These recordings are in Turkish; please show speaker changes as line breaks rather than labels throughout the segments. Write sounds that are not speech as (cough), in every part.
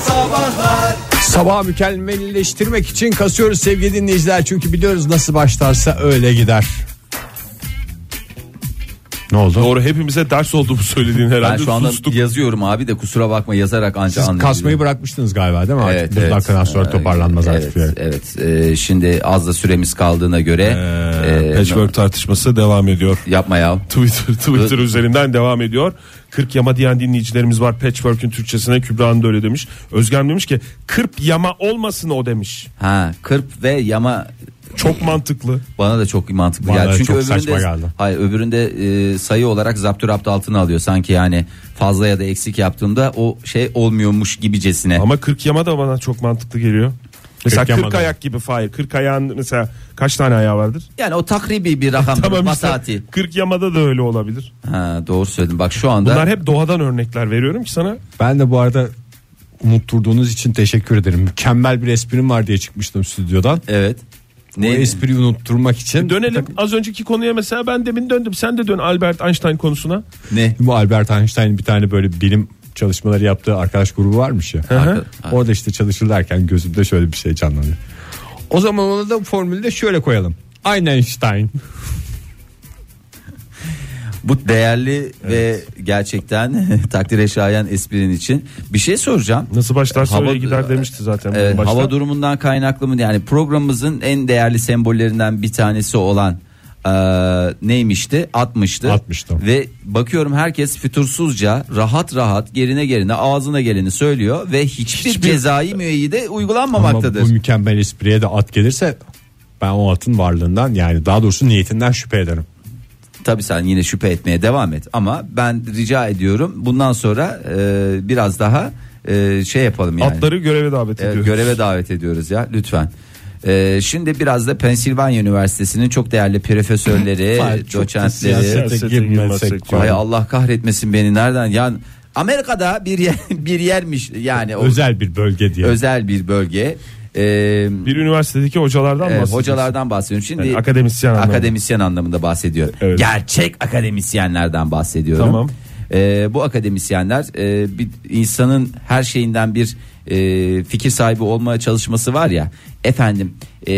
sabahlar
Sabah mükemmelleştirmek için kasıyoruz sevgili dinleyiciler. Çünkü biliyoruz nasıl başlarsa öyle gider. Ne oldu?
Doğru hepimize ders olduğumu söylediğin herhalde
Ben şu anda
sustuk.
yazıyorum abi de kusura bakma yazarak ancak
Siz
anlayabiliyorum.
kasmayı bırakmıştınız galiba değil mi? Evet, artık evet. dakikadan sonra toparlanmaz
evet,
artık. yani.
Evet, Ee, şimdi az da süremiz kaldığına göre
Ee,
ee,
patchwork tartışması devam ediyor.
yapma ya.
(laughs) Twitter, Twitter üzerinden devam ediyor. 40 yama diyen dinleyicilerimiz var. Patchwork'ün Türkçesine Kübra Hanım da öyle demiş. Özgem demiş ki 40 yama olmasın o demiş.
Ha, kırp ve yama
Çok mantıklı.
bana da çok mantıklı
Bana
geldi.
da
Çünkü
çok
öbüründe
saçma geldi.
hayır öbüründe e, sayı olarak zapturapt altına alıyor. Sanki yani fazla ya da eksik yaptığımda o şey olmuyormuş gibicesine.
Ama 40 yama da bana çok mantıklı geliyor. Mesela 40,
yama da.
ayak gibi Fahir. 40 ayağın mesela kaç tane ayağı vardır?
Yani o takribi
(laughs)
bir rakam vasati.
40 yamada da öyle olabilir.
Ha, doğru söyledin. Bak şu anda
Bunlar hep doğadan örnekler veriyorum ki sana.
Ben de bu arada unutturduğunuz için teşekkür ederim. Mükemmel bir esprim var diye çıkmıştım stüdyodan.
evet.
Bu
Neydi?
espriyi unutturmak için.
Dönelim az önceki konuya mesela ben demin döndüm. Sen de dön Albert Einstein konusuna.
Ne?
Bu Albert Einstein'in bir tane böyle bilim çalışmaları yaptığı arkadaş grubu varmış ya.
hı.
Orada işte çalışırlarken gözümde şöyle bir şey canlanıyor. O zaman ona da formülde şöyle koyalım. Einstein.
Bu değerli ve gerçekten (laughs) takdire şayan esprin için bir şey soracağım.
Nasıl başlarsa
Hava-
öyle gider demişti zaten.
Ee,
bunun başta.
hava durumundan kaynaklı mı yani programımızın en değerli sembollerinden bir tanesi olan e, neymişti? 60'tı.
60'tı.
Ve bakıyorum herkes fütursuzca rahat rahat gerine gerine ağzına geleni söylüyor ve hiçbir, cezai müeyyide
Ama
uygulanmamaktadır.
bu mükemmel espriye de at gelirse ben o atın varlığından yani daha doğrusu niyetinden şüphe ederim.
Tabii sen yine şüphe etmeye devam et ama ben rica ediyorum bundan sonra e, biraz daha e, şey yapalım yani.
Atları göreve davet
Evet,
ediyoruz.
göreve davet ediyoruz ya lütfen. Ee, şimdi biraz da Pensilvanya Üniversitesi'nin çok değerli
(laughs)
profesörleri,
Fahir, çok da
doçentleri.
siyaset-
Siyasete
girmesek
girmesek
diyorum.
Hay
diyorum.
Allah kahretmesin beni nereden? Yani Amerika'da bir yer, (laughs) bir yermiş yani o özel,
Özel bir bölge diye.
bir bölge. Ee,
Bir üniversitedeki hocalardan
e,
bahsediyoruz.
hocalardan bahsediyorum. Şimdi
Yani akademisyen anlamında.
akademisyen anlamında bahsediyorum.
Evet.
Gerçek akademisyenlerden bahsediyorum.
Tamam.
Ee, bu akademisyenler e, bir insanın her şeyinden bir e, fikir sahibi olma çalışması var ya. Efendim e,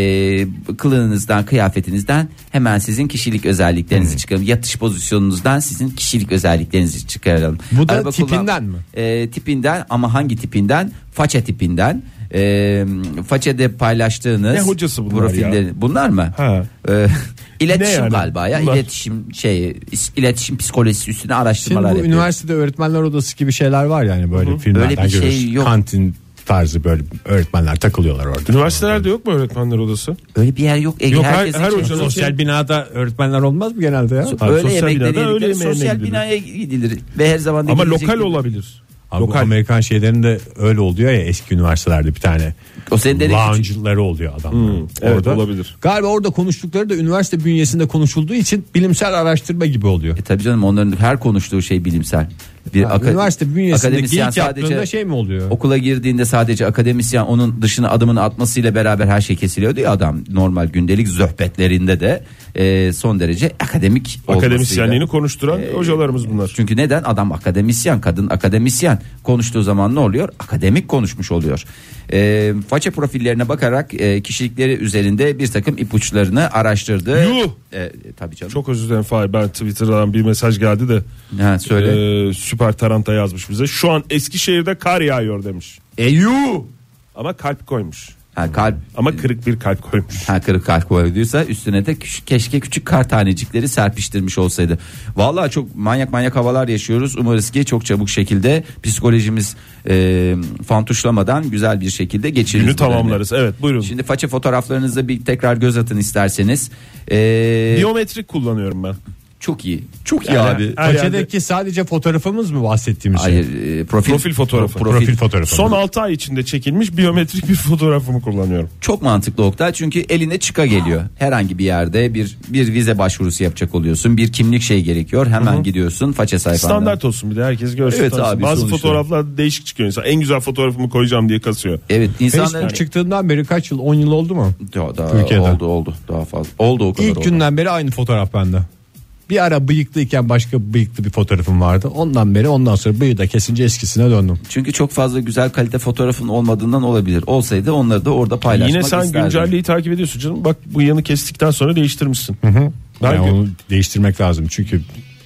kılığınızdan kıyafetinizden hemen sizin kişilik özelliklerinizi çıkaralım. Yatış pozisyonunuzdan sizin kişilik özelliklerinizi çıkaralım.
Bu da tipinden mi?
E, tipinden ama hangi tipinden? Faça tipinden. E, façede paylaştığınız
Ne hocası bunlar
profilleri- Bunlar mı?
Ha.
Ee, iletişim
Ne yani?
galiba ya
Bunlar-
iletişim şey is- iletişim psikolojisi üstüne
Şimdi bu
araştırmalar yapıyor.
üniversitede öğretmenler odası gibi şeyler var yani böyle filmlerden
Öyle bir şey
görüyorsun.
yok.
Kantin tarzı böyle öğretmenler takılıyorlar orada.
Üniversitelerde yok mu öğretmenler odası?
Öyle bir yer yok. Ege,
Yok, her-
herkesin
her
kendi-
hocanın-
Sosyal binada öğretmenler olmaz mı genelde ya?
Abi
öyle
sosyal
yemekleri
binada
yenir,
öğle yemeğine
sosyal
gidilir.
binaya gidilir ve her zaman da
Ama
gidilecek
lokal
gibi.
olabilir.
Abi bu
lokal.
Amerikan şeylerinde öyle oluyor ya eski üniversitelerde bir tane.
O senin dediğin
lounge'ları oluyor adamların.
Hmm, evet, olabilir.
Galiba orada konuştukları da üniversite bünyesinde konuşulduğu için bilimsel araştırma gibi oluyor.
E tabii canım onların her konuştuğu şey bilimsel. Bir
Ha,
aka-
üniversite bünyesinde
akademisyen
geek yaptığında
sadece-
şey mi oluyor?
Okula girdiğinde sadece akademisyen onun dışına adımını atmasıyla beraber her şey kesiliyordu ya adam normal gündelik zöhbetlerinde de e, son derece akademik olmasıyla. Ee,
Akademisyenliğini konuşturan hocalarımız bunlar.
Çünkü neden adam akademisyen kadın akademisyen konuştuğu zaman ne oluyor akademik konuşmuş oluyor e, faça profillerine bakarak e, kişilikleri üzerinde bir takım ipuçlarını araştırdı
Yuh!
E, tabii canım
Çok özür dilerim Fahir ben Twitter'dan bir mesaj geldi de
ha, söyle
e, Süper Taranta yazmış bize. Şu an Eskişehir'de kar yağıyor demiş.
Eyu
Ama kalp koymuş.
ha, kalp
E, Ama kırık bir kalp koymuş.
Ha, kırık kalp koyduysa üstüne de küç- keşke küçük kar tanecikleri serpiştirmiş olsaydı. Vallahi çok manyak manyak havalar yaşıyoruz. Umarız ki çok çabuk şekilde psikolojimiz e, fantuşlamadan güzel bir şekilde geçiririz.
Günü
bu dönemi.
tamamlarız. Evet buyurun.
Şimdi faça fotoğraflarınıza bir tekrar göz atın isterseniz. Ee,
Biyometrik kullanıyorum ben.
çok iyi. Çok iyi
Yani-
abi.
Her yerde-
Paçadaki sadece fotoğrafımız mı bahsettiğimiz şey?
Hayır, e, profil,
Profil fotoğrafı.
Profil.
Profil fotoğrafı.
Son 6 ay içinde çekilmiş biyometrik bir fotoğrafımı kullanıyorum.
Çok mantıklı Oktay çünkü eline çıka geliyor. Herhangi bir yerde bir bir vize başvurusu yapacak oluyorsun. Bir kimlik şey gerekiyor. Hemen gidiyorsun faça sayfandan.
Standart olsun bir de herkes görsün.
Evet
tanısın.
abi,
Bazı
sonuçta.
fotoğraflar değişik çıkıyor insan. En güzel fotoğrafımı koyacağım diye kasıyor.
Evet,
Facebook
insanlar
çıktığından beri kaç yıl 10 yıl oldu mu?
daha, daha
Türkiye'den.
oldu oldu daha fazla. Oldu o kadar
İlk
oldu.
günden beri aynı fotoğraf bende. Bir ara bıyıklıyken başka bıyıklı bir fotoğrafım vardı. Ondan beri ondan sonra bıyığı da kesince eskisine döndüm.
Çünkü çok fazla güzel kalite fotoğrafın olmadığından olabilir. Olsaydı onları da orada paylaşmak
Yine sen
isterdim.
güncelliği takip ediyorsun canım. Bak bu yanı kestikten sonra değiştirmişsin. Ben,
Yani onu değiştirmek lazım çünkü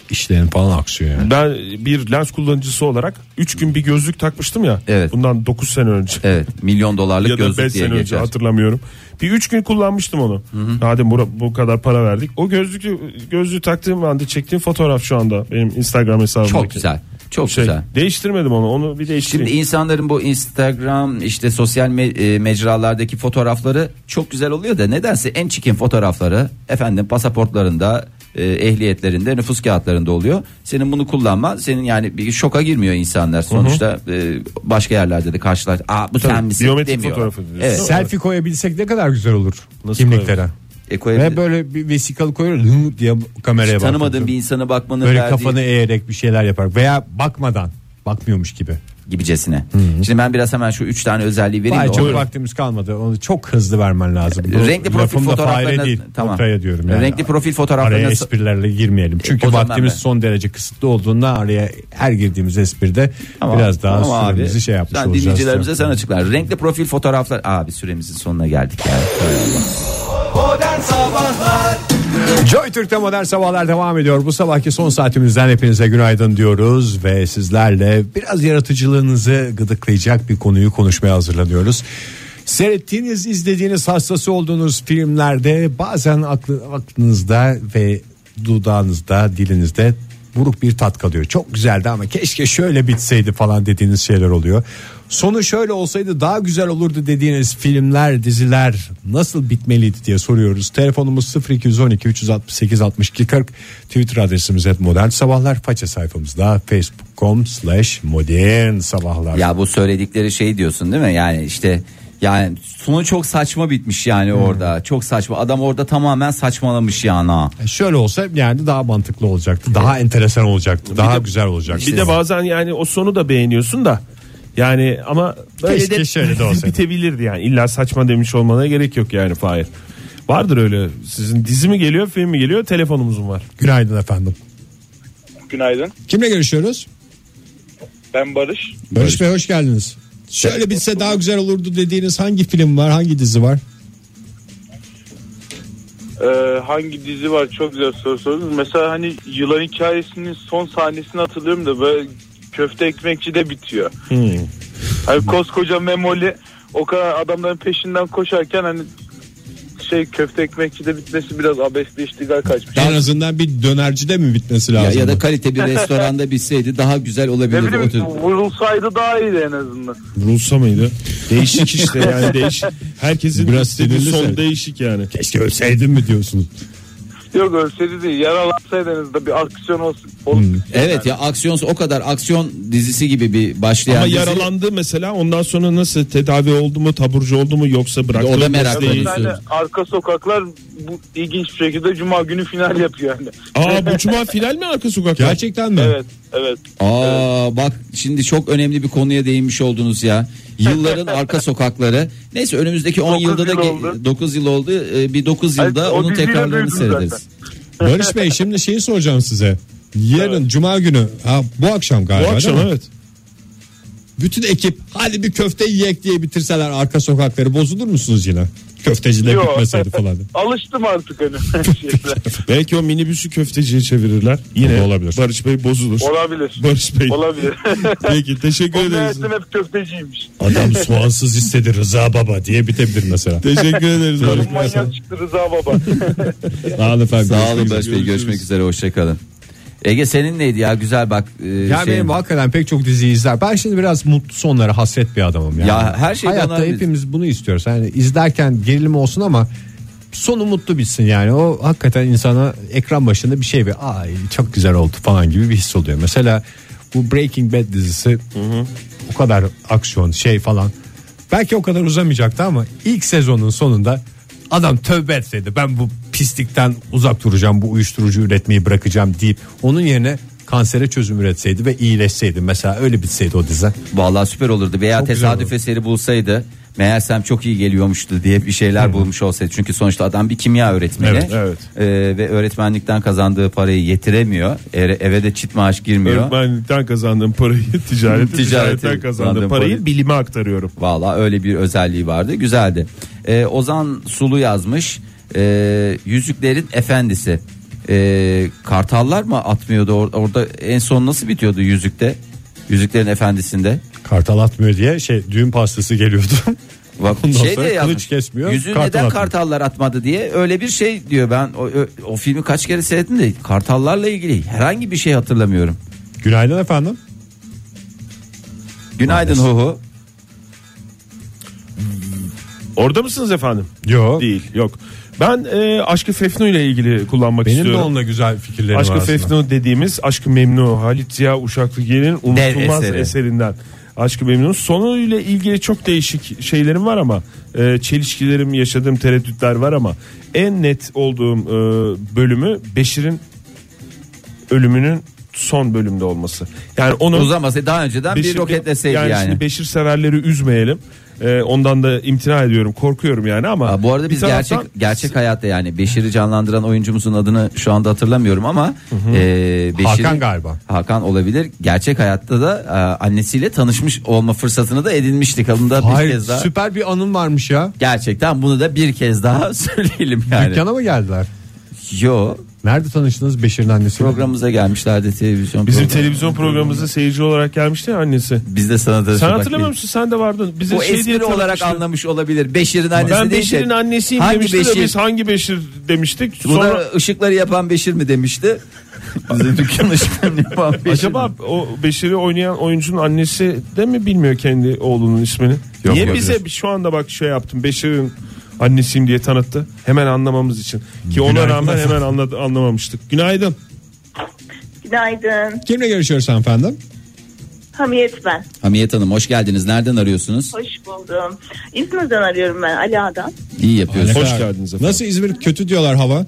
işlerin falan aksıyor yani.
ben bir lens kullanıcısı olarak 3 gün bir gözlük takmıştım ya.
Evet.
Bundan 9 sene önce.
Evet milyon dolarlık
ya da
gözlük
5
diye
sene önce
geçer.
hatırlamıyorum. Bir 3 gün kullanmıştım onu. Hadi bu, bu kadar para verdik. O gözlüklü gözlüğü taktığım anda çektiğim fotoğraf şu anda benim Instagram hesabımdaki.
Çok güzel. Çok
Şey,
güzel.
Değiştirmedim onu. Onu bir değiştireyim.
Şey.
Şimdi insanların bu Instagram işte sosyal me- e, mecralardaki fotoğrafları çok güzel oluyor da nedense en çirkin fotoğrafları efendim pasaportlarında e, ehliyetlerinde nüfus kağıtlarında oluyor. Senin bunu kullanma senin yani bir şoka girmiyor insanlar sonuçta e, başka yerlerde de karşılar. Aa bu sen misin
biyometrik
demiyor.
fotoğrafı diyorsun.
Evet.
Sen-
Selfie koyabilsek ne kadar güzel olur
Nasıl
kimliklere.
E, koyabilir-
Ve böyle bir vesikalı koyuyor "Hı" diye kameraya bakıyor.
tanımadığın bir insana bakmanın
Böyle
verdiği-
kafanı eğerek bir şeyler yapar veya bakmadan bakmıyormuş gibi.
gibicesine. Şimdi ben biraz hemen şu üç tane özelliği vereyim.
Vay
de
çok
onu-
vaktimiz kalmadı. Onu çok hızlı vermen lazım. Bu
renkli profil
lafım da
fotoğraflarına
fare değil.
tamam.
Notaya diyorum yani.
Renkli profil
Araya
fotoğraflarına
esprilerle girmeyelim. Çünkü
o zaman
vaktimiz
ben-
son derece kısıtlı olduğunda araya her girdiğimiz espride
Tamam,
biraz daha
tamam abi.
süremizi şey yapmış
Sen
olacağız.
Dinleyicilerimize sen açıklar. Renkli profil fotoğraflar. Abi süremizin sonuna geldik ya.
Joy Türk'te modern sabahlar devam ediyor. Bu sabahki son saatimizden hepinize günaydın diyoruz ve sizlerle biraz yaratıcılığınızı gıdıklayacak bir konuyu konuşmaya hazırlanıyoruz. Seyrettiğiniz, izlediğiniz, hastası olduğunuz filmlerde bazen aklı, aklınızda ve dudağınızda, dilinizde buruk bir tat kalıyor. Çok güzeldi ama keşke şöyle bitseydi falan dediğiniz şeyler oluyor. Sonu şöyle olsaydı daha güzel olurdu dediğiniz filmler, diziler nasıl bitmeliydi diye soruyoruz. Telefonumuz 0212 368 62 40. Twitter adresimiz et modern sabahlar. Faça sayfamızda facebook.com slash modern sabahlar.
Ya bu söyledikleri şey diyorsun değil mi? Yani işte yani sonu çok saçma bitmiş yani orada. Çok saçma. Adam orada tamamen saçmalamış yani. ha.
E, Şöyle olsa yani daha mantıklı olacaktı. Daha enteresan olacaktı. Daha güzel olacaktı.
Bir de bazen yani o sonu da beğeniyorsun da yani ama böyle
Keşke
de
şöyle de olsaydı.
bitebilirdi yani. İlla saçma demiş olmana gerek yok yani Fahir. Vardır öyle. Sizin dizi mi geliyor, film mi geliyor, telefonumuz mu var?
Günaydın efendim.
Günaydın.
Kimle görüşüyoruz?
Ben Barış.
Barış Bey hoş geldiniz. Şöyle bitse daha güzel olurdu dediğiniz hangi film var, hangi dizi var?
Ee, hangi dizi var çok güzel soru sordunuz. Mesela hani yılan hikayesinin son sahnesini hatırlıyorum da böyle köfte ekmekçi de bitiyor.
Hmm.
Hani koskoca Memoli o kadar adamların peşinden koşarken hani şey köfte ekmekçi de bitmesi biraz abesli iştigal kaçmış.
En azından bir dönercide mi bitmesi
Ya,
lazım?
ya da kalite bir restoranda bitseydi daha güzel
Ne
olabilirdi. O
bileyim
tür-
vurulsaydı daha iyiydi en azından.
Rulsa mıydı? Değişik işte
(laughs)
yani değişik. Herkesin
Biraz
istediği
sinirli sen.
son değişik yani.
Keşke ölseydim mi diyorsunuz?
Yok ölseydi değil yaralansaydınız da bir aksiyon olsun.
Hmm.
olsun.
Evet ya aksiyon o kadar aksiyon dizisi gibi bir başlayan
Ama
dizi.
yaralandı mesela ondan sonra nasıl tedavi oldu mu taburcu oldu mu yoksa bıraktı
O da
mı?
merak
Nasıl değil?
konusu.
Yani arka sokaklar bu ilginç bir şekilde cuma günü final yapıyor yani.
Aa bu cuma final mi arka sokaklar?
Gerçekten mi?
Evet, evet.
Aa bak şimdi çok önemli bir konuya değinmiş oldunuz ya.
(laughs)
Yılların arka sokakları. Neyse önümüzdeki 10
Dokuz
yılda da
yıl oldu.
9 yıl oldu. Ee, Bir 9 yılda
Hayır, o
onun
diziyle
tekrarlarını
büyüdüm
seyrederiz.
zaten.
Barış Bey şimdi şeyi soracağım size. Yarın cuma günü ha, bu akşam
Bu
galiba.
akşam
değil mi?
evet.
Bütün ekip hadi bir köfte yiyek diye bitirseler arka sokakları bozulur musunuz yine? Köftecide
Yok.
bitmeseydi falan.
Alıştım
(laughs)
artık hani. şeyler.
Belki o minibüsü köfteciye çevirirler. Yine
da olabilir.
Barış Bey bozulur.
Olabilir.
Barış Bey.
Olabilir.
Peki teşekkür ederiz.
Meğersem hep köfteciymiş.
Adam soğansız istedi Rıza Baba diye bitebilir mesela.
(laughs)
Teşekkür ederiz Barış
Kadın
Bey.
manyak çıktı Rıza Baba.
Sağ olun efendim.
Sağ olun
Görüşmek
Barış
üzere.
Bey görüşmek üzere hoşçakalın. Ege senin neydi ya güzel bak. e,
Ya
şeyin-
benim hakikaten pek çok dizi izler. Ben şimdi biraz mutlu sonlara hasret bir adamım yani.
Ya her şey şeyden
Hayatta
abi-
hepimiz bunu istiyoruz. Yani izlerken gerilim olsun ama sonu mutlu bitsin yani. O hakikaten insana ekran başında bir şey bir ay çok güzel oldu falan gibi bir his oluyor. Mesela bu Breaking Bad dizisi o kadar aksiyon şey falan. Belki o kadar uzamayacaktı ama ilk sezonun sonunda adam tövbe etseydi ben bu pislikten uzak duracağım bu uyuşturucu üretmeyi bırakacağım deyip onun yerine kansere çözüm üretseydi ve iyileşseydi mesela öyle bitseydi o dizi.
Vallahi süper olurdu veya
Çok güzel
tesadüf eseri bulsaydı. meğersem çok iyi geliyormuştu diye bir şeyler bulmuş olsaydı. Çünkü sonuçta adam bir kimya öğretmeni
Evet, evet.
Ee, ve öğretmenlikten kazandığı parayı yetiremiyor. Eve, eve de çit maaş girmiyor.
Öğretmenlikten kazandığım parayı (laughs) ticareti, ticaretten kazandığım
kazandığım
parayı
parayı.
bilime aktarıyorum.
Valla öyle bir özelliği vardı. Güzeldi. Ee, Ozan Sulu yazmış. Ee, yüzüklerin efendisi. Ee, kartallar mı atmıyordu Or- orada en son nasıl bitiyordu yüzükte? Yüzüklerin efendisinde.
Kartal atmıyor diye şey düğün pastası geliyordu. (laughs)
Bak,
Ondan
şey de
sonra
yazmış.
kılıç kesmiyor,
Yüzüğü
kartal
neden
atmıyor.
kartallar atmadı diye öyle bir şey diyor. Ben o, o, o filmi kaç kere seyrettim de kartallarla ilgili herhangi bir şey hatırlamıyorum.
Günaydın efendim.
Günaydın Huhu.
Orada mısınız efendim?
Yok.
Değil yok. Ben e, Aşkı Fefnu ile ilgili kullanmak
Benim
istiyorum.
de onunla güzel fikirlerim
Aşkı
var aslında.
Fefnu dediğimiz Aşkı Memnu Halit Ziya Uşaklıgil'in unutulmaz
eseri.
eserinden. Aşkı Memnu sonuyla ilgili çok değişik şeylerim var ama e, çelişkilerim yaşadığım tereddütler var ama en net olduğum e, bölümü Beşir'in ölümünün son bölümde olması. Yani onu
Uzamasaydı daha önceden bir roketleseydi yani.
şimdi Beşir severleri üzmeyelim. E, ondan da imtina ediyorum. Korkuyorum yani ama.
Aa, bu arada
bir
biz
taraftan-
gerçek gerçek hayatta yani Beşir'i canlandıran oyuncumuzun adını şu anda hatırlamıyorum ama e, Beşir'i-
Hakan galiba.
Hakan olabilir. Gerçek hayatta da e, annesiyle tanışmış olma fırsatını da edinmiştik. Onu da bir
Hayır
kez daha.
süper bir anım varmış ya.
Gerçekten bunu da bir kez daha (laughs) söyleyelim yani.
Dükkana mı geldiler?
Yo
Nerede tanıştınız Beşir'in annesiyle?
programımıza gelmişlerdi televizyon.
Bizim
programı.
televizyon programımıza seyirci olarak gelmişti ya annesi.
biz de sana da
Sen hatırlamıyor musun? Sen de vardın. Bize
Bu
şey diye
espri olarak
tanıtmıştı.
anlamış olabilir. Beşir'in annesi
Ben
değil de-
Beşir'in annesiyim
Hangi
demişti de
Beşir?
biz hangi Beşir demiştik.
Buna
Sonra
ışıkları yapan Beşir mi demişti? (laughs) Bize dükkan ışıklarını yapan Beşir.
acaba
mi?
o Beşir'i oynayan oyuncunun annesi de mi bilmiyor kendi oğlunun ismini?
Yok,
Niye
yok,
bize şu anda bak şey yaptım Beşir'in annesiyim diye tanıttı. Hemen anlamamız için. Ki ona
Günaydın
rağmen
efendim.
hemen anladı, anlamamıştık. Günaydın.
Günaydın.
Kimle görüşüyoruz efendim?
Hamiyet ben.
Hamiyet Hanım hoş geldiniz. Nereden arıyorsunuz?
Hoş buldum. İzmir'den arıyorum ben Ala'dan.
İyi yapıyorsunuz.
Hoş geldiniz efendim.
Nasıl İzmir kötü diyorlar hava?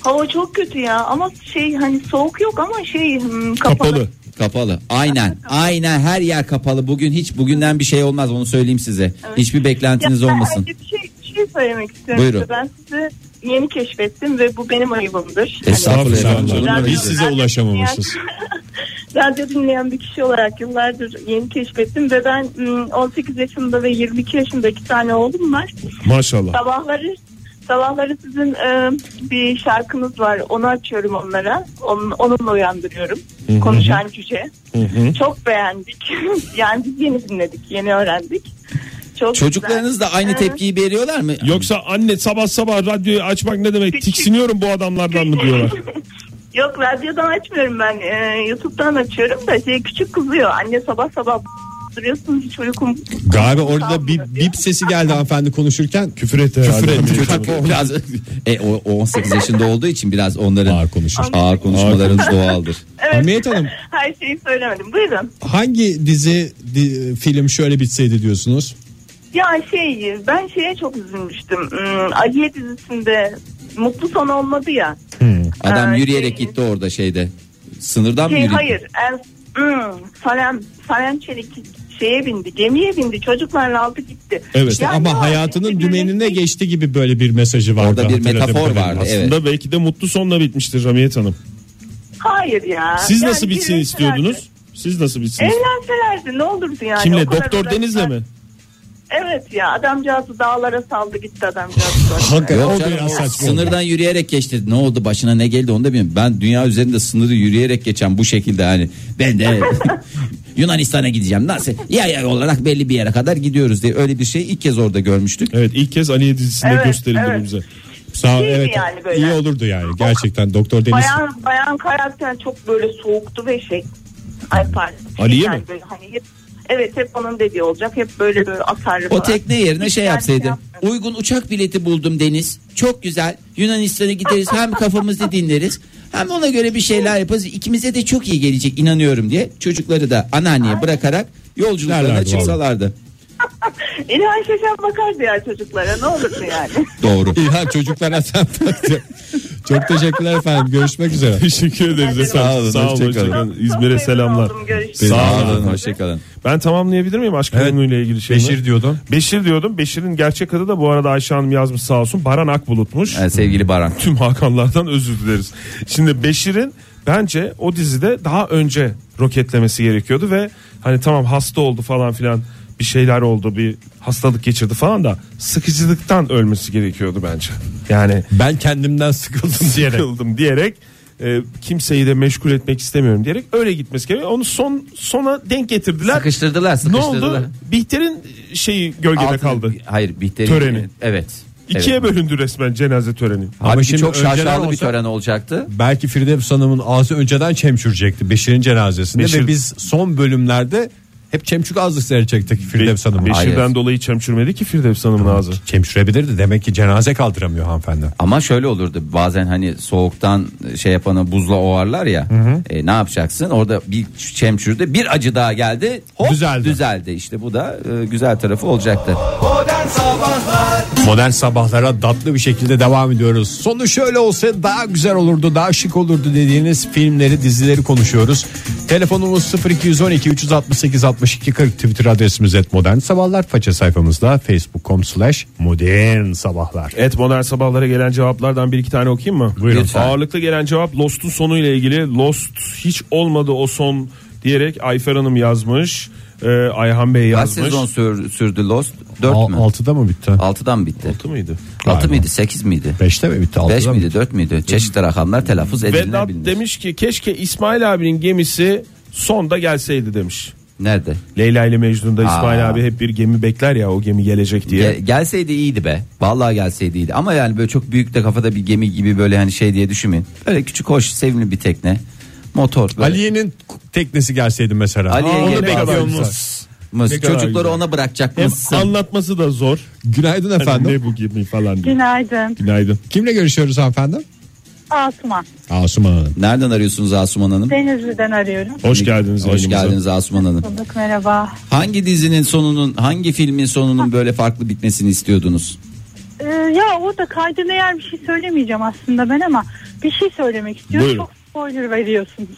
Hava çok kötü ya ama şey hani soğuk yok ama şey hmm, kapalı.
Kapalı.
Kapalı. Aynen. Aynen her yer kapalı. Bugün hiç bugünden bir şey olmaz onu söyleyeyim size. Hiçbir beklentiniz
Ya, ben
olmasın.
önce Bir şey, bir şey söylemek istiyorum.
Buyurun.
size. Ben sizi yeni keşfettim ve bu benim ayıbımdır.
Estağfurullah.
Estağfurullah.
Olur mu
öyle
Biz
şey?
size ulaşamamışız.
(laughs) radyo dinleyen bir kişi olarak yıllardır yeni keşfettim ve ben hmm, 18 yaşında ve 22 yaşında iki tane oğlum var.
Maşallah.
Sabahları sabahları sizin e, bir şarkınız var. Onu açıyorum onlara. Onun, onunla uyandırıyorum. Konuşan cüce. Çok beğendik. (laughs) yani biz yeni dinledik, yeni öğrendik. Çok
Çocuklarınız da aynı
güzel.
tepkiyi veriyorlar mı? (laughs)
Yoksa anne sabah sabah radyoyu açmak ne demek?
Küçük.
Tiksiniyorum bu adamlardan mı diyorlar?
Yok radyodan açmıyorum ben. E, YouTube'dan açıyorum da şey küçük kızıyor. Anne sabah sabah (laughs) duruyorsunuz hiç uykum. (laughs)
Galiba orada bir
Kalmıyor diyor.
bip sesi geldi hanımefendi konuşurken. Küfür etti
herhalde.
Küfür etti.
Çünkü biraz e, o, o 18 yaşında olduğu için biraz onların
Ağır konuşur.
ağır konuşmalarınız doğaldır.
Evet.
Hamiyet Hanım.
Her şeyi söylemedim. Buyurun.
Hangi dizi di- film şöyle bitseydi diyorsunuz?
Ya şey ben şeye çok üzülmüştüm. Hmm, Aliye dizisinde mutlu son olmadı ya.
Adam
Ee,
yürüyerek
şey-
gitti orada şeyde. Sınırdan mı
Şey,
yürüdü?
hayır. En, hmm, Salem, Salem Çelik şeye bindi. Gemiye bindi. Çocuklarla aldı gitti.
Evet. İşte
Ya ne
ama
var?
hayatının
Üzülmek
dümenine
değil.
geçti gibi böyle bir mesajı vardı.
Orada bir
hatırladığım
metafor
kadarıyla.
vardı. Evet.
Aslında belki de mutlu sonla bitmiştir Ramiyet Hanım.
Hayır ya.
Siz
Yani
nasıl bitsin
evlenselerdi.
istiyordunuz? Siz nasıl bitsiniz?
Evlenselerdi ne olurdu yani.
Kimle?
O kadar
Doktor
uzak-
Deniz'le mi?
Evet ya adamcağızı dağlara saldı gitti adamcağızı.
Hakikaten
Yok
orada
canım,
biraz
o
saçma oldu.
sınırdan yürüyerek geçti. Ne oldu başına ne geldi onu da bilmiyorum. Ben dünya üzerinde sınırı yürüyerek geçen bu şekilde hani ben de (laughs) Yunanistan'a gideceğim. Nasıl? Ya ya olarak belli bir yere kadar gidiyoruz diye öyle bir şey ilk kez orada görmüştük.
Evet ilk kez Aliye dizisinde
Evet,
gösterildi bu
evet.
bize.
Sağ,
İyiydi
evet,
yani böyle.
iyi olurdu yani gerçekten Doktor Deniz.
Bayan, bayan karakter çok böyle soğuktu ve şey. Ay pardon.
Aliye
Yani
mi?
böyle hani hep- evet hep onun dediği olacak. Hep böyle böyle atarlı
O
falan.
tekne yerine
Hiç
şey
yani
yapsaydı.
yapmadı.
Uygun uçak bileti buldum Deniz. Çok güzel. Yunanistan'a gideriz. Hem kafamızı dinleriz. Hem ona göre bir şeyler yaparız. İkimize de çok iyi gelecek inanıyorum diye. Çocukları da anneanneye bırakarak yolculuklarına
Derlerdi
çıksalardı.
İlhan
(laughs)
Şeşen bakardı ya çocuklara ne olurdu yani.
Doğru.
(laughs) İlhan çocuklara sen Çok teşekkürler efendim. Görüşmek üzere.
(laughs) Teşekkür ederiz efendim.
Sağ olun,
Sağ olun.
hoşçakalın.
hoşçakalın.
Çok
İzmir'e
memnun
selamlar.
oldum, görüşürüz.
Sağ
Sağ
olun.
olun. Hoşçakalın.
Ben tamamlayabilir miyim aşk konuyla ilgili şeyleri?
Beşir diyordun.
Beşir diyordum. Beşir'in gerçek adı da bu arada Ayşe Hanım yazmış sağ olsun. Baran Akbulut'muş.
Evet, Ee, sevgili Baran.
Tüm Hakanlardan özür dileriz. Şimdi Beşir'in bence o dizide daha önce roketlemesi gerekiyordu ve hani tamam hasta oldu falan filan bir şeyler oldu bir hastalık geçirdi falan da sıkıcılıktan ölmesi gerekiyordu bence. Yani
Ben kendimden sıkıldım (laughs) diyerek.
sıkıldım diyerek e, kimseyi de meşgul etmek istemiyorum diyerek öyle gitmesi gerekiyor. Onu son sona denk getirdiler.
Sıkıştırdılar
ne
sıkıştırdılar.
oldu? Bihter'in şeyi gölgede
Altını-
kaldı.
Hayır Bihter'in.
Töreni.
Evet.
İkiye
evet.
bölündü resmen cenaze töreni.
Ama
Halbuki
şimdi
çok
önceden
şaşalı bir
olsa-
tören olacaktı.
Belki Firdevs Hanım'ın ağzı önceden çemçürecekti Beşir'in cenazesinde
Beşir-
ve biz son bölümlerde hep çemçük azlık seyredecektik Firdevs Hanım'ı.
Be- Beşir'den
Hayır.
dolayı çemçürmedi ki Firdevs Hanım'ın ağzı.
Çemçürebilirdi demek ki cenaze kaldıramıyor hanımefendi.
Ama şöyle olurdu bazen hani soğuktan şey yapana buzla ovarlar ya E, ne yapacaksın orada bir çemçürde bir acı daha geldi hop
Düzeldi.
düzeldi, işte bu da e, güzel tarafı olacaktı.
Modern sabahlara tatlı bir şekilde devam ediyoruz. Sonu şöyle olsa daha güzel olurdu, daha şık olurdu dediğiniz filmleri, dizileri konuşuyoruz. Telefonumuz 0212 368 62 40 Twitter adresimiz et modern sabahlar. Faça sayfamızda facebook.com slash modern sabahlar.
Evet modern sabahlara gelen cevaplardan bir iki tane okuyayım mı?
Buyurun.
Lütfen.
Ağırlıklı gelen cevap Lost'un sonuyla ilgili. Lost hiç olmadı o son diyerek Ayfer Hanım yazmış. Ee, Ayhan Bey
Kaç
yazmış.
sezon sür- sürdü Lost? 4
Al-
mü?
altıda mı bitti?
6'dan mı bitti?
Altı mıydı?
6
Galiba.
mıydı 8 miydi?
Beşte mi bitti?
5
Altıda mı?
miydi 4 müydü? Çeşitli rakamlar telaffuz
Vedat
edilebilir.
demiş ki keşke İsmail abinin gemisi sonda gelseydi demiş.
Nerede?
Leyla ile Mecnun'da İsmail
Aa.
abi hep bir gemi bekler ya o gemi gelecek diye.
Ge- gelseydi iyiydi be. Vallahi gelseydi iyiydi. Ama yani böyle çok büyük de kafada bir gemi gibi böyle hani şey diye düşünmeyin. Böyle küçük hoş sevimli bir tekne. Motor. böyle.
Aliye'nin teknesi gelseydi mesela.
Aliye
Aa, onu
gel-
bekliyormuş.
Mız.
Ne kadar
Çocukları
güzel.
ona
Hem
bırakacakmışsın.
anlatması da zor.
Günaydın
Hani
efendim.
ne bu gemi falan diye.
Günaydın.
Günaydın.
Kimle görüşüyoruz hanımefendi?
Asuman.
Asuman Hanım.
Nereden arıyorsunuz Asuman Hanım?
Denizli'den arıyorum.
Hoş geldiniz
Hoş
yayınımıza.
geldiniz Asuman Hanım.
Bulduk merhaba.
Hangi dizinin sonunun, hangi filmin sonunun böyle farklı bitmesini istiyordunuz?
Ee, ya orada kaydına yer bir şey söylemeyeceğim aslında ben ama bir şey söylemek istiyorum.
Buyurun.
Çok spoiler veriyorsunuz.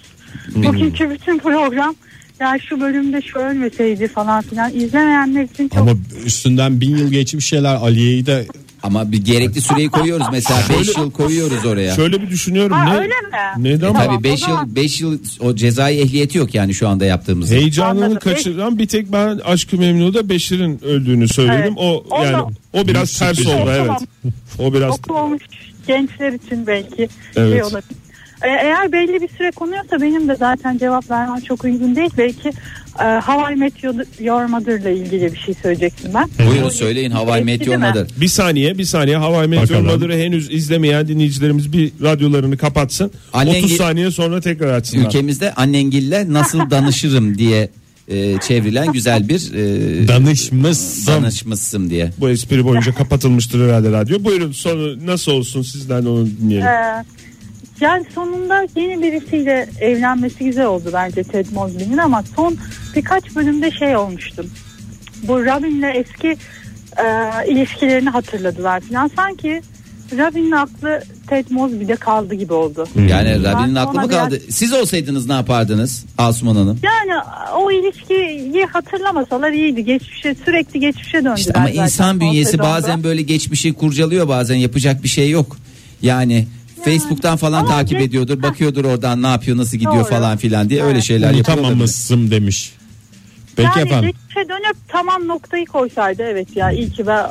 Bugünkü bütün program ya şu bölümde şu ölmeseydi falan filan izlemeyenler için çok
Ama üstünden bin yıl geçmiş şeyler Aliye'yi de
Ama bir gerekli süreyi koyuyoruz mesela 5 yıl koyuyoruz oraya.
Şöyle bir düşünüyorum.
Ha,
ne,
öyle mi?
Neden?
E,
Tabii
Tamam, o
5 yıl
zaman-
5 yıl o cezai ehliyeti yok yani şu anda yaptığımızda.
Heyecanını
Anladım.
kaçıran bir tek ben Aşkı Memnu'da Beşir'in öldürdüğünü söyledim.
Evet.
O
O da-
yani o biraz ters
sürpriz.
oldu
Evet,
evet. O biraz
okul olmuş gençler için belki
Evet.
şey olabilir. E, Eğer belli bir süre konuyorsa benim de zaten cevap vermem çok uygun değil. Belki e, Hawaii Meteor Your Mother'la ilgili bir şey söyleyecektim ben.
Buyurun söyleyin Hawaii Meteor
Etkili mi?
Mother.
bir saniye bir saniye Hawaii Meteor
Bakalım.
Mother'ı henüz izlemeyen dinleyicilerimiz bir radyolarını kapatsın.
Annen
30
gi-
saniye sonra tekrar açsınlar.
Ülkemizde annengille nasıl danışırım diye e, çevrilen güzel bir e,
danışmışsın.
danışmışsın diye.
Bu espri boyunca kapatılmıştır herhalde radyo. Buyurun sonu nasıl olsun sizden onu dinleyelim.
Ee, yani sonunda yeni birisiyle evlenmesi güzel oldu bence Ted Mosby'nin ama son birkaç bölümde şey olmuştu. Bu Robin'le eski e, ilişkilerini hatırladılar falan. Sanki Robin'in aklı Ted Mosby'de kaldı gibi oldu.
Yani Rabin'in
Ben
aklı mı
ona
kaldı? Siz olsaydınız ne yapardınız Asuman Hanım?
Yani o ilişkiyi hatırlamasalar iyiydi. Geçmişe sürekli geçmişe döndüler.
İşte ama
zaten
insan
son
bünyesi
sezonda.
bazen böyle geçmişi kurcalıyor bazen yapacak bir şey yok. Yani Facebook'tan falan
Ama
takip
biz-
ediyordur, bakıyordur oradan ne yapıyor, nasıl gidiyor
Doğru.
falan filan diye öyle
Evet.
şeyler yapıyor. olabilir.
Unutamamışsın demiş. Peki
yani
efendim.
geçmişe dönüp tamam noktayı koysaydı evet ya iyi ki ben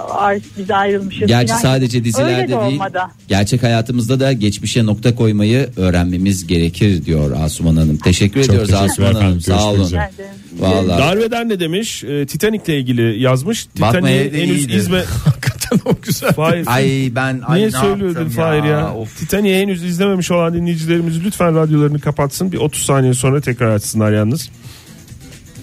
biz ayrılmışız.
Gerçi
falan.
sadece
Öyle
dizilerde
de
değil,
olmadı.
gerçek hayatımızda da geçmişe nokta koymayı öğrenmemiz gerekir diyor Asuman Hanım. Teşekkür ediyoruz
teşekkür
Asuman
efendim.
Hanım. Sağ
Görüşmek
olun.
üzere.
Nerede?
Vallahi.
Darveden ne demiş? Ee, Titanic'le ilgili yazmış.
Batmaya
Titanic'i
da
henüz
iyiydi.
izme
Hakikaten o güzel.
Fahir,
Ay ben ay
Niye
ne
söylüyordun
yaptım
Fahir ya?
Of.
Titanic'i henüz izlememiş olan dinleyicilerimiz lütfen radyolarını kapatsın. Bir 30 saniye sonra tekrar açsınlar yalnız.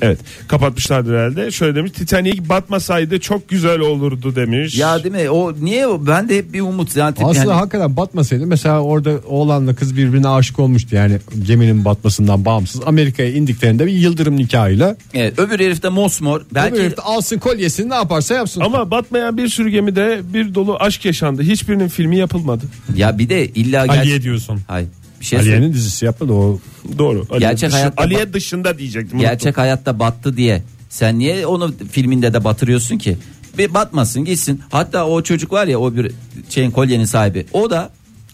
Evet kapatmışlardır herhalde. Şöyle demiş Titanic batmasaydı çok güzel olurdu demiş.
Ya değil mi? O niye o? Ben de hep bir umut zaten.
Aslında
yani,
hakikaten batmasaydı mesela orada oğlanla kız birbirine aşık olmuştu yani geminin batmasından bağımsız Amerika'ya indiklerinde bir yıldırım nikahıyla
evet, e, öbür herif de mosmor.
Belki...
Belki
alsın kolyesini ne yaparsa yapsın.
Ama batmayan bir sürü gemide bir dolu aşk yaşandı. Hiçbirinin filmi yapılmadı.
ya bir de illa gerçek-
Aliye diyorsun.
Hayır. Bir şey söyleyeyim.
Aliye'nin dizisi yapmadı o.
Doğru. Aliye,
Gerçek
dışı-
hayatta-
Aliye dışında diyecektim. unuttum.
Gerçek hayatta battı diye. Sen niye onu filminde de batırıyorsun ki? Bir batmasın gitsin. Hatta o çocuk var ya o bir şeyin kolyenin sahibi. O da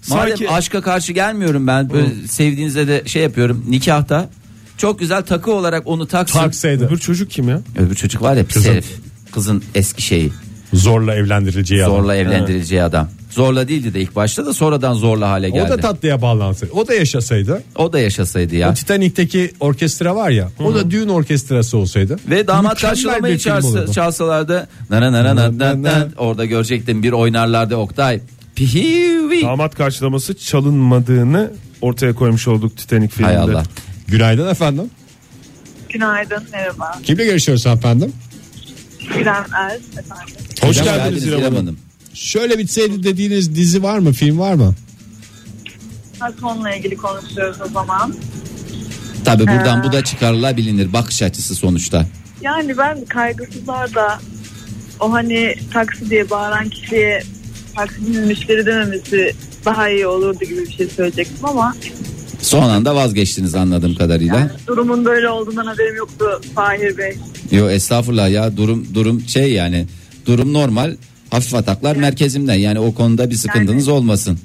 madem
Sanki-
aşka karşı gelmiyorum ben böyle sevdiğinize de şey yapıyorum nikahta. Çok güzel takı olarak onu taksın.
Taksaydı.
Öbür çocuk kim ya?
Öbür çocuk var ya pis
Kızın.
herif. Kızın eski şeyi.
Zorla evlendirileceği adam.
Zorla evlendirileceği adam. Zorla değildi de ilk başta da sonradan zorla hale
O
geldi.
da tatlıya bağlansaydı. O da yaşasaydı.
O da yaşasaydı
O
ya.
Titanik'teki orkestra var ya. O da düğün orkestrası olsaydı.
Ve damat
mükemmel
karşılamayı
bir film
çalsa,
olurdu.
çalsalardı nana nana nana nana
nana.
orada görecektim bir oynarlardı Oktay. Pihivi.
Damat karşılaması çalınmadığını ortaya koymuş olduk Titanic filminde.
Hay Allah.
Günaydın efendim.
Günaydın, merhaba.
Kimle görüşüyoruz efendim?
İrem Er, efendim.
Hoş
Hoş
geldiniz İrem Hanım.
Şöyle bitseydi dediğiniz dizi var mı? Film var mı?
Ha, Sonla ilgili konuşuyoruz o zaman.
Tabi buradan bu da çıkarılabilir bakış açısı sonuçta.
Yani ben kaygısızlar da o hani taksi diye bağıran kişiye taksinin müşteri dememesi daha iyi olurdu gibi bir şey söyleyecektim ama
Son anda vazgeçtiniz anladığım kadarıyla.
durumun böyle olduğundan haberim yoktu Fahir Bey.
Yo estağfurullah ya durum durum şey yani durum normal. Hafif ataklar merkezimden yani o konuda bir sıkıntınız olmasın.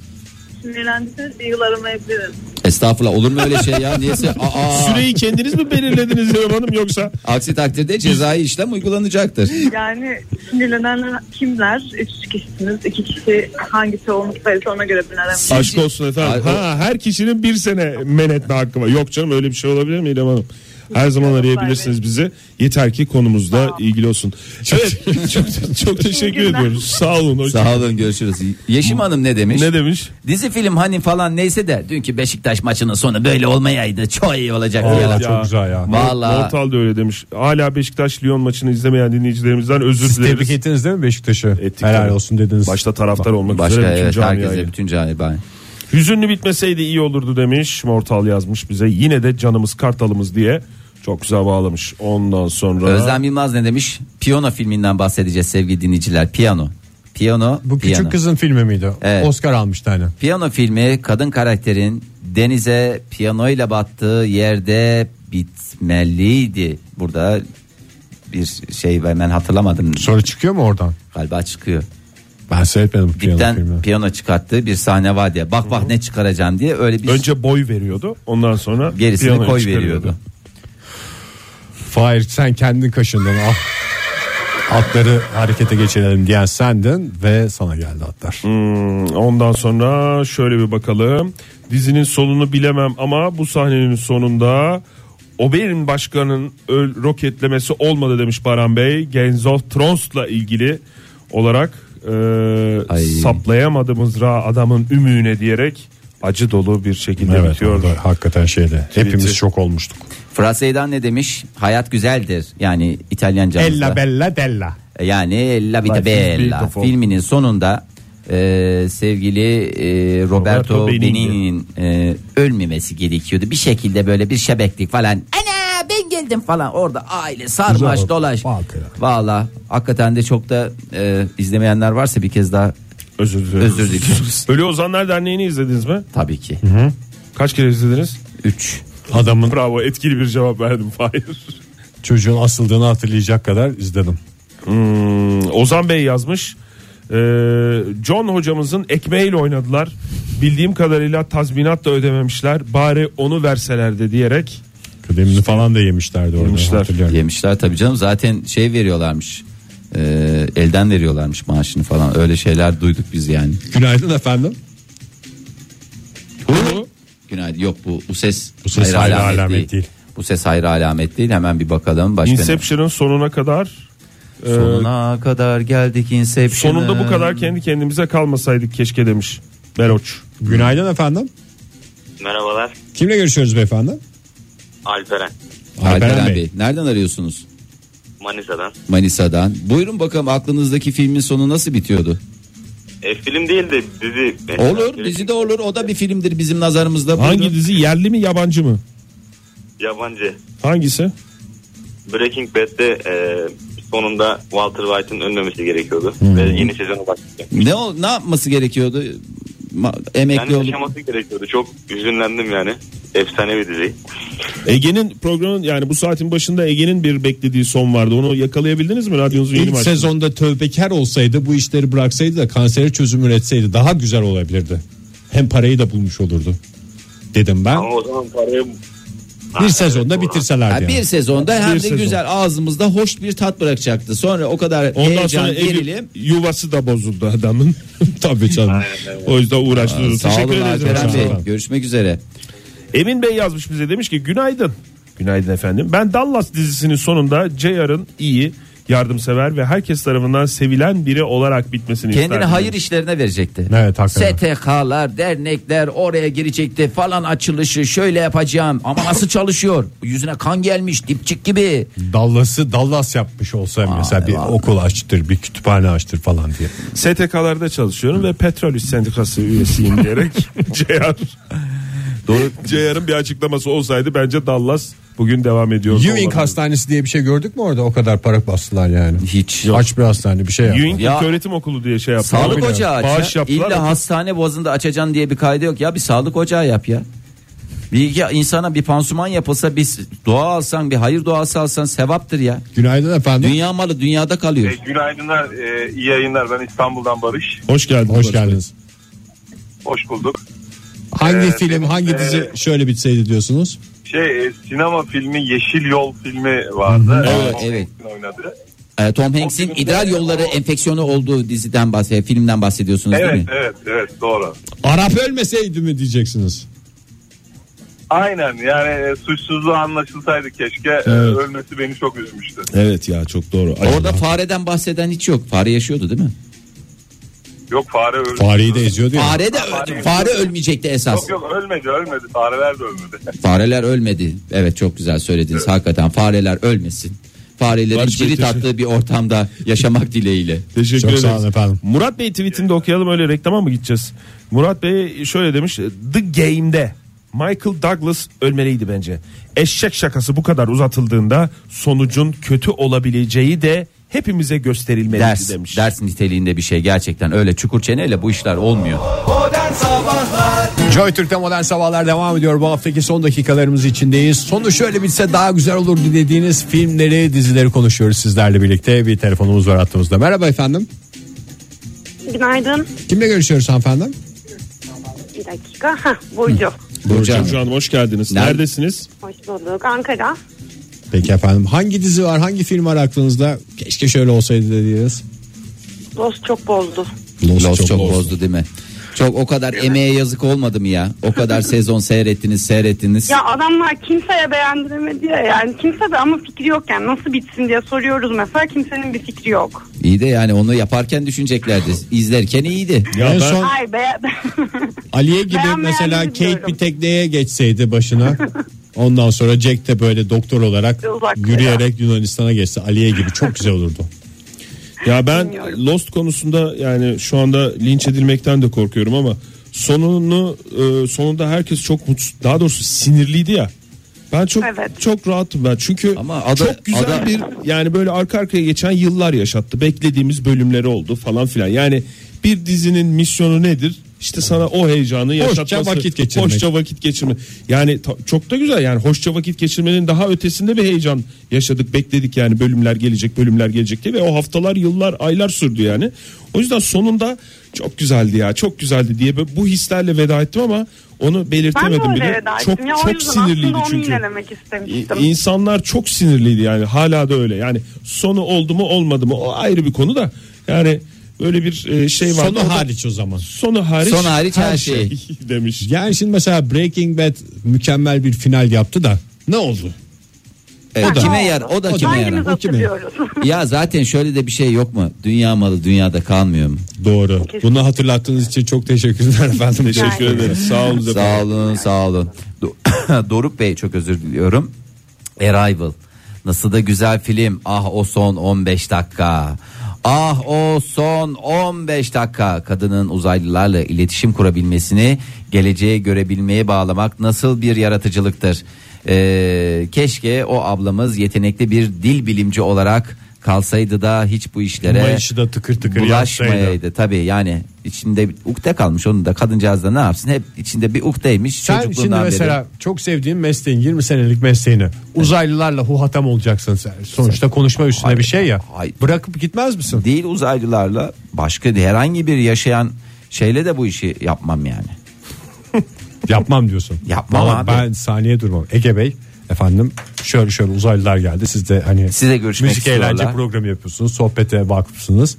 Sinirlendiyseniz bir yıl aramayabilirim.
Estağfurullah olur mu öyle şey ya? Niyeyse aa,
Süreyi kendiniz mi belirlediniz İrem Hanım yoksa?
aksi takdirde cezai işlem uygulanacaktır.
Yani sinirlenenler kimler? Üç kişisiniz. iki kişi hangisi olmak sayısı ona göre bin aramıyor.
Aşk olsun efendim.
Ay, o-
Ha, her kişinin bir sene men etme hakkı var. Yok canım öyle bir şey olabilir mi İrem Hanım? Her zaman arayabilirsiniz bizi. Yeter ki konumuzda ilgili olsun. Evet, (laughs) çok, çok teşekkür
günler.
ediyoruz. Sağ olun. hoş-
Sağ olun görüşürüz. Yeşim Hanım ne demiş?
Ne demiş?
Dizi film hani falan neyse de dünkü Beşiktaş maçının sonu böyle olmayaydı. Çok iyi olacak.
Aa,
diyorlar.
çok güzel ya.
Vallahi.
Mortal da öyle demiş. Hala Beşiktaş Lyon maçını izlemeyen dinleyicilerimizden özür
Siz
dileriz.
tebrik ettiniz değil mi Beşiktaş'ı?
Ettik
Helal
tabii.
olsun dediniz.
Başta taraftar olmak
Başka
üzere bütün
evet
camiaya.
herkese bütün camiye.
Hüzünlü bitmeseydi iyi olurdu demiş. Mortal yazmış bize. Yine de canımız kartalımız diye çok güzel bağlamış. Ondan sonra
Özlem Yılmaz ne demiş? Piyano filminden bahsedeceğiz sevgili dinleyiciler. Piyano. Piyano.
Bu küçük
piyano.
kızın filmi miydi?
Evet.
Oscar almıştı hani.
Piyano filmi kadın karakterin denize piyanoyla battığı yerde bitmeliydi. Burada bir şey ben ben hatırlamadım.
Sonra çıkıyor mu oradan?
Galiba çıkıyor.
Ben seyretmedim bu piyano
Dipten
filmini.
piyano çıkarttığı bir sahne var diye. Bak bak ne çıkaracağım diye öyle bir
önce boy veriyordu. Ondan sonra
gerisini
piyanoya
koy
çıkarıyordu.
veriyordu.
Fahir sen kendin kaşındın al. Atları harekete geçirelim diyen sendin ve sana geldi atlar.
Hmm, ondan sonra şöyle bir bakalım. Dizinin sonunu bilemem ama bu sahnenin sonunda Ober'in başkanın öl- roketlemesi olmadı demiş Baran Bey. Games of Thrones'la ilgili olarak e,
Ay.
saplayamadığımız ra adamın ümüğüne diyerek acı dolu bir şekilde
Evet
bitiyor.
orada hakikaten şeyde hepimiz
Tweet'i.
şok olmuştuk.
Fraseydan ne demiş? Hayat güzeldir. Yani İtalyanca.
bella della.
Yani La Vita
Life is
Bella
beautiful.
filminin sonunda e, sevgili e, Roberto,
Roberto
Benigni'nin e, ölmemesi gerekiyordu. Bir şekilde böyle bir şebeklik falan. Ana ben geldim falan orada aile sarmaş
Güzel.
dolaş.
Bak ya.
Valla hakikaten de çok da e, izlemeyenler varsa bir kez daha
Özür dileriz. (laughs)
Özür dileriz.
Ölü Ozanlar Derneği'ni izlediniz mi?
tabii ki.
Kaç kere izlediniz?
3.
Adamın
Bravo etkili bir cevap verdim Fahir.
çocuğun asıldığını hatırlayacak kadar izledim.
Hmm, Ozan Bey yazmış. Ee, John hocamızın ekmeğiyle oynadılar. Bildiğim kadarıyla tazminat da ödememişler. Bari onu verselerdi diyerek.
Kıdemini falan da yemişlerdi orada
Yemişler.
hatırlıyorum.
Yemişler tabii canım zaten şey veriyorlarmış. E, elden veriyorlarmış maaşını falan öyle şeyler duyduk biz yani.
Günaydın efendim.
Günaydın. Yok bu bu ses
Bu ses hayra alamet değil.
Bu ses hayra alamet değil. Hemen bir bakalım başka. ne?
Inception'ın sonuna kadar. e,
Sonuna kadar geldik Inception'ın.
sonunda bu kadar kendi kendimize kalmasaydık keşke demiş. Beroç.
Günaydın efendim.
Merhabalar
Kimle görüşüyoruz beyefendi?
Alperen.
Alperen
Alperen
Bey.
Bey. Nereden arıyorsunuz?
Manisa'dan.
Manisa'dan. Buyurun bakalım aklınızdaki filmin sonu nasıl bitiyordu?
E, film değil de dizi. mesela.
Olur dizi de olur o da bir filmdir bizim nazarımızda. Buyurun.
Hangi dizi yerli mi yabancı mı?
Yabancı.
Hangisi?
Breaking Bad'de e, sonunda Walter White'ın ölmemesi gerekiyordu.
Hmm.
Ve yeni sezonu başladı.
Ne ol- ne yapması gerekiyordu? Ma-
Yani
Emekli olup
yaşaması gerekiyordu. Çok üzünlendim yani. Efsane bir dizi.
Ege'nin programın yani bu saatin başında Ege'nin bir beklediği son vardı. Onu yakalayabildiniz mi radyonuzun yeni
İlk
maçı?
sezonda tövbekar olsaydı bu işleri bıraksaydı da kansere çözüm üretseydi daha güzel olabilirdi. Hem parayı da bulmuş olurdu. Dedim ben.
Ama o zaman parayı...
Bir
Ha,
sezonda
evet, doğru.
Ha,
bitirselerdi. yani.
bir sezonda hem
Bir
de
sezon.
güzel ağzımızda hoş bir tat bırakacaktı. Sonra o kadar
Ondan
heyecan,
sonra Ege-
gerilim.
yuvası da bozuldu adamın. (laughs) Tabii canım. O yüzden uğraştınız.
Sağ
Teşekkür
olun
ederiz.
Alperen
efendim.
Bey. Görüşmek üzere.
Emin Bey yazmış bize demiş ki günaydın. Günaydın efendim. Ben Dallas dizisinin sonunda JR'ın iyi, yardımsever ve herkes tarafından sevilen biri olarak bitmesini isterdim.
Kendini hayır işlerine verecekti.
Evet, hakikaten.
STK'lar, dernekler oraya girecekti falan açılışı şöyle yapacağım. Ama nasıl çalışıyor? Yüzüne kan gelmiş dipçik gibi.
Dallas'ı Dallas yapmış olsa mesela bir
vallahi.
okul açtır, bir kütüphane açtır falan diye.
STK'larda çalışıyorum ve petrol iş sendikası üyesiyim diyerek JR. Doğru. JR'ın bir açıklaması olsaydı bence Dallas bugün devam ediyor.
Ewing Hastanesi diye bir şey gördük mü orada? O kadar para bastılar yani.
Hiç.
Aç bir hastane bir şey yaptı.
Ewing
Ya-
İlköğretim Okulu diye şey yaptılar.
Sağlık
Bilmiyorum.
ocağı aç.
Bağış
ya.
yaptılar.
İlla hastane boğazında açacaksın diye bir kaydı yok ya. Bir sağlık ocağı yap ya. Bir iki insana bir pansuman yapılsa bir dua alsan bir hayır duası alsan sevaptır ya.
Günaydın efendim.
Dünya malı dünyada kalıyor.
E, günaydınlar, e, iyi yayınlar. Ben İstanbul'dan Barış.
Hoş geldin.
Hoş geldiniz.
Hoş bulduk.
Hangi
Ee,
film, hangi
e,
dizi şöyle bitseydi diyorsunuz?
Şey, e, sinema filmi Yeşil Yol filmi vardı.
Evet,
Tom
evet.
Hanks'in Oynadı.
Ee, Tom Hanks'in idrar yolları enfeksiyonu olduğu diziden bahsediyor, filmden bahsediyorsunuz değil
Evet,
mi?
evet, evet, doğru.
Arap ölmeseydi mi diyeceksiniz?
Aynen yani e, suçsuzluğu anlaşılsaydı keşke. E, Ölmesi beni çok üzmüştü.
Evet ya çok doğru.
Orada fareden bahseden hiç yok. Fare yaşıyordu değil mi?
Yok fare öldü.
Fareyi de eziyordu ya.
Fare de
Fare-
fare ölmeyecekti esas.
Yok yok ölmedi ölmedi. Fareler de ölmedi.
Fareler ölmedi. Evet çok güzel söylediniz. Hakikaten fareler ölmesin. Farelerin
Barış Bey,
cirit
teşekkür-
attığı bir ortamda yaşamak dileğiyle.
Teşekkür
Çok
ederiz.
sağ olun efendim.
Murat Bey tweetini de okuyalım öyle reklama mı gideceğiz? Murat Bey şöyle demiş. The Game'de Michael Douglas ölmeliydi bence. Eşek şakası bu kadar uzatıldığında sonucun kötü olabileceği de hepimize gösterilmeliydi
Ders,
demiş.
ders niteliğinde bir şey gerçekten öyle çukur çeneyle bu işler olmuyor.
Joy Türk'te modern sabahlar devam ediyor. Bu haftaki son dakikalarımız içindeyiz. Sonu şöyle bitse daha güzel olurdu dediğiniz filmleri, dizileri konuşuyoruz sizlerle birlikte. Bir telefonumuz var hattımızda. Merhaba efendim.
Günaydın.
Kimle görüşüyoruz hanımefendi?
Bir dakika. Hah, Burcu.
Burcu
Burcu
Hanım hoş geldiniz.
Nerede-
Neredesiniz?
Hoş bulduk. Ankara.
Peki efendim. Hangi dizi var, hangi film var aklınızda? Keşke şöyle olsaydı dediğiniz.
Dost çok bozdu.
Los, çok, bozdu. değil mi? Çok o kadar emeğe yazık olmadı mı ya? O
(laughs)
kadar sezon seyrettiniz seyrettiniz.
Ya adamlar kimseye beğendiremedi ya. Yani kimse de ama fikri yok yani. Nasıl bitsin diye soruyoruz mesela. Kimsenin bir fikri yok.
İyi de yani onu yaparken düşüneceklerdi. İzlerken iyiydi.
Ya
en
ben-
son
Ay be. (laughs)
Ali'ye gibi
Beğenmeyen
mesela
bizi
Kate
biliyorum.
bir tekneye geçseydi başına. Ondan sonra Jack de böyle doktor olarak
Uzaklara.
yürüyerek Yunanistan'a geçse Ali'ye gibi çok güzel olurdu.
Ya ben Lost konusunda yani şu anda linç edilmekten de korkuyorum ama sonunu e, sonunda herkes çok mutsuz daha doğrusu sinirliydi ya. Ben çok
Evet.
çok rahatım ben çünkü
Ama ada-
çok güzel
ada-
bir yani böyle arka arkaya geçen yıllar yaşattı. Beklediğimiz bölümleri oldu falan filan. Yani bir dizinin misyonu nedir? İşte sana o heyecanı yaşatması.
vakit geçirmek.
Hoşça vakit geçirme. Yani ta- çok da güzel yani hoşça vakit geçirmenin daha ötesinde bir heyecan yaşadık bekledik yani bölümler gelecek bölümler gelecek diye ve o haftalar yıllar aylar sürdü yani. O yüzden sonunda çok güzeldi ya çok güzeldi diye bu- bu hislerle veda ettim ama onu
ben de
belirtemedim
öyle
bile.
veda
Çok
ettim. Ya o
çok
yüzden
sinirliydi
aslında onu
çünkü.
yinelemek istemiştim.
İ- İnsanlar çok sinirliydi yani hala da öyle. Yani sonu oldu mu olmadı mı o ayrı bir konu da. Yani böyle bir e, şey var.
Sonu hariç o zaman.
Sonu hariç. şey.
Sonu hariç her
şey.
(laughs) demiş.
Yani şimdi mesela Breaking Bad mükemmel bir final yaptı da ne oldu?
Evet,
da-
E, kime yer? O da
O da-
kime yarar?
Hangimiz
O kimin?
hatırlıyoruz?
Ya zaten şöyle de bir şey yok mu? Dünya malı dünyada kalmıyor mu?
Doğru. Bunu hatırlattığınız için çok teşekkürler (laughs) efendim.
Teşekkür ederiz. Sağ olun. efendim.
(coughs) Sağ olun, sağ olun. Do- Doruk Bey çok özür diliyorum. Arrival. Nasıl da güzel film. Ah o son 15 dakika. Ah o son 15 dakika kadının uzaylılarla iletişim kurabilmesini geleceğe görebilmeye bağlamak nasıl bir yaratıcılıktır. Ee, keşke o ablamız yetenekli bir dil bilimci olarak kalsaydı da hiç bu işlere
Mayışı da tıkır tıkır yapsaydı.
bulaşmayaydı. Tabii yani içinde bir ukde kalmış onun da kadıncağız da ne yapsın hep içinde bir ukdeymiş
Sen şimdi
çocukluğundan
mesela
beri.
çok sevdiğin mesleğin 20 senelik mesleğini uzaylılarla huhatam olacaksın sen. Sonuçta konuşma üstüne bir şey ya.
hayır.
Bırakıp gitmez misin?
Değil uzaylılarla başka herhangi bir yaşayan şeyle de bu işi yapmam yani.
Yapmam diyorsun.
Yapmam
Vallahi
abi.
Ben saniye durmam. Ege Bey efendim şöyle şöyle uzaylılar geldi. Siz de hani
Size görüşmek
müzik
istiyorlar.
eğlence programı yapıyorsunuz. Sohbete vakıfsınız.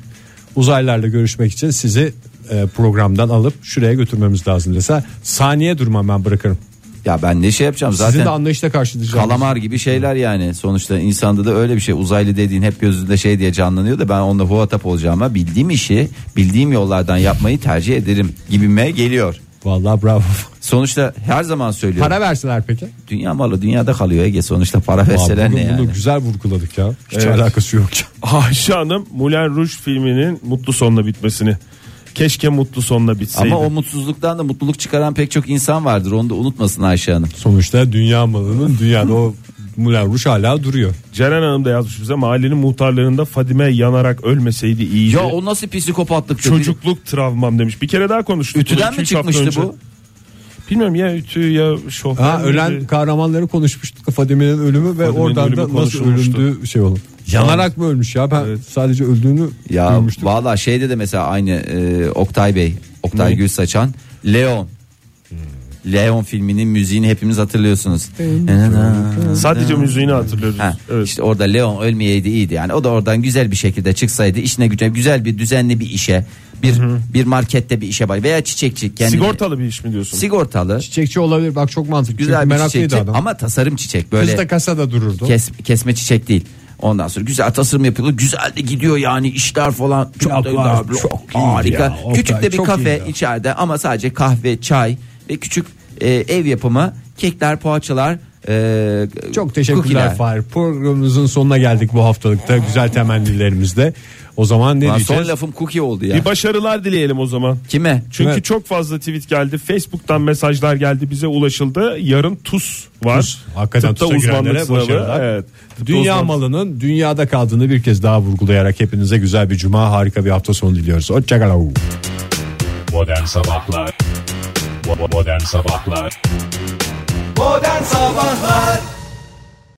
Uzaylılarla görüşmek için sizi e, programdan alıp şuraya götürmemiz lazım dese saniye durmam ben bırakırım.
Ya ben ne şey yapacağım
Sizin de
zaten
anlayışla karşılayacağım.
kalamar gibi şeyler yani sonuçta insanda da öyle bir şey uzaylı dediğin hep gözünde şey diye canlanıyor da ben onda huatap olacağıma bildiğim işi bildiğim yollardan yapmayı tercih ederim gibime geliyor.
Vallahi bravo.
Sonuçta her zaman söylüyorum.
Para verseler peki.
Dünya malı dünyada kalıyor Ege sonuçta para
Aa,
verseler
bugün
ne yani.
bunu güzel vurguladık ya. Hiç
Evet.
alakası yok. ya.
Ayşe Hanım Moulin Rouge filminin mutlu sonla bitmesini. Keşke mutlu sonla bitseydi.
Ama o mutsuzluktan da mutluluk çıkaran pek çok insan vardır. Onu da unutmasın Ayşe Hanım.
Sonuçta dünya malının dünyada o Moulin Rouge hala duruyor.
Ceren Hanım da yazmış bize mahallenin muhtarlarında Fadime yanarak ölmeseydi iyiydi.
Ya o nasıl psikopatlık
Çocukluk travmam demiş. Bir kere daha konuştuk.
Ütüden
bunu iki,
mi
üç hafta
çıkmıştı
önce.
bu?
Bilmiyorum ya ütü ya şoför.
Ha,
müydü?
ölen kahramanları konuşmuştuk. Fadime'nin ölümü ve
Fadime'nin
oradan
ölümü
da nasıl
konuşulmuştu.
ölündüğü şey olur. Yanarak mı ölmüş ya? Ben sadece öldüğünü
Ya
duymuştum.
valla şeyde de mesela aynı e, Oktay Bey, Oktay Gül Saçan, Leon.
Hmm.
Leon filminin müziğini hepimiz hatırlıyorsunuz.
Sadece müziğini hatırlıyoruz.
Ha,
evet.
İşte orada Leon ölmeyeydi iyiydi yani. O da oradan güzel bir şekilde çıksaydı işine güzel, güzel bir düzenli bir işe, bir bir markette bir işe bay veya çiçekçi kendini-
Sigortalı bir iş mi diyorsun?
sigortalı
Çiçekçi olabilir. Bak çok mantıklı.
güzel
Çünkü
bir
meraklıydı
çiçekçi
adam.
ama tasarım çiçek
Kız
böyle.
da kasada dururdu.
Kes, kesme çiçek değil. Ondan sonra güzel tasarım yapılıyor. Güzel de gidiyor yani işler falan. Çok da
Yapılar
güzel,
çok iyiydi
harika.
ya. Oktay,
Küçük de bir
çok
kafe
iyiydi.
içeride ama sadece kahve, çay ve küçük e, ev yapımı kekler, poğaçalar, e,
Çok teşekkürler
cookie'ler.
Fahir. Programımızın sonuna geldik bu haftalıkta. Güzel temennilerimizle. O zaman ne
Lan son
diyeceğiz?
lafım cookie oldu ya.
Bir başarılar dileyelim o zaman.
Kime?
Çünkü
Evet.
çok fazla tweet geldi. Facebook'tan mesajlar geldi. Bize ulaşıldı. Yarın TUS var.
TUS. Hakikaten
Tıpta
TUS'a girenlere
uzmanlık sınavı.
başarılar.
Evet. Tıpta
Dünya
uzman-
malının dünyada kaldığını bir kez daha vurgulayarak hepinize güzel bir cuma, harika bir hafta sonu diliyoruz. Hoşçakalın.
Modern Sabahlar Bo- bo- Modern Sabahlar
Modern Sabahlar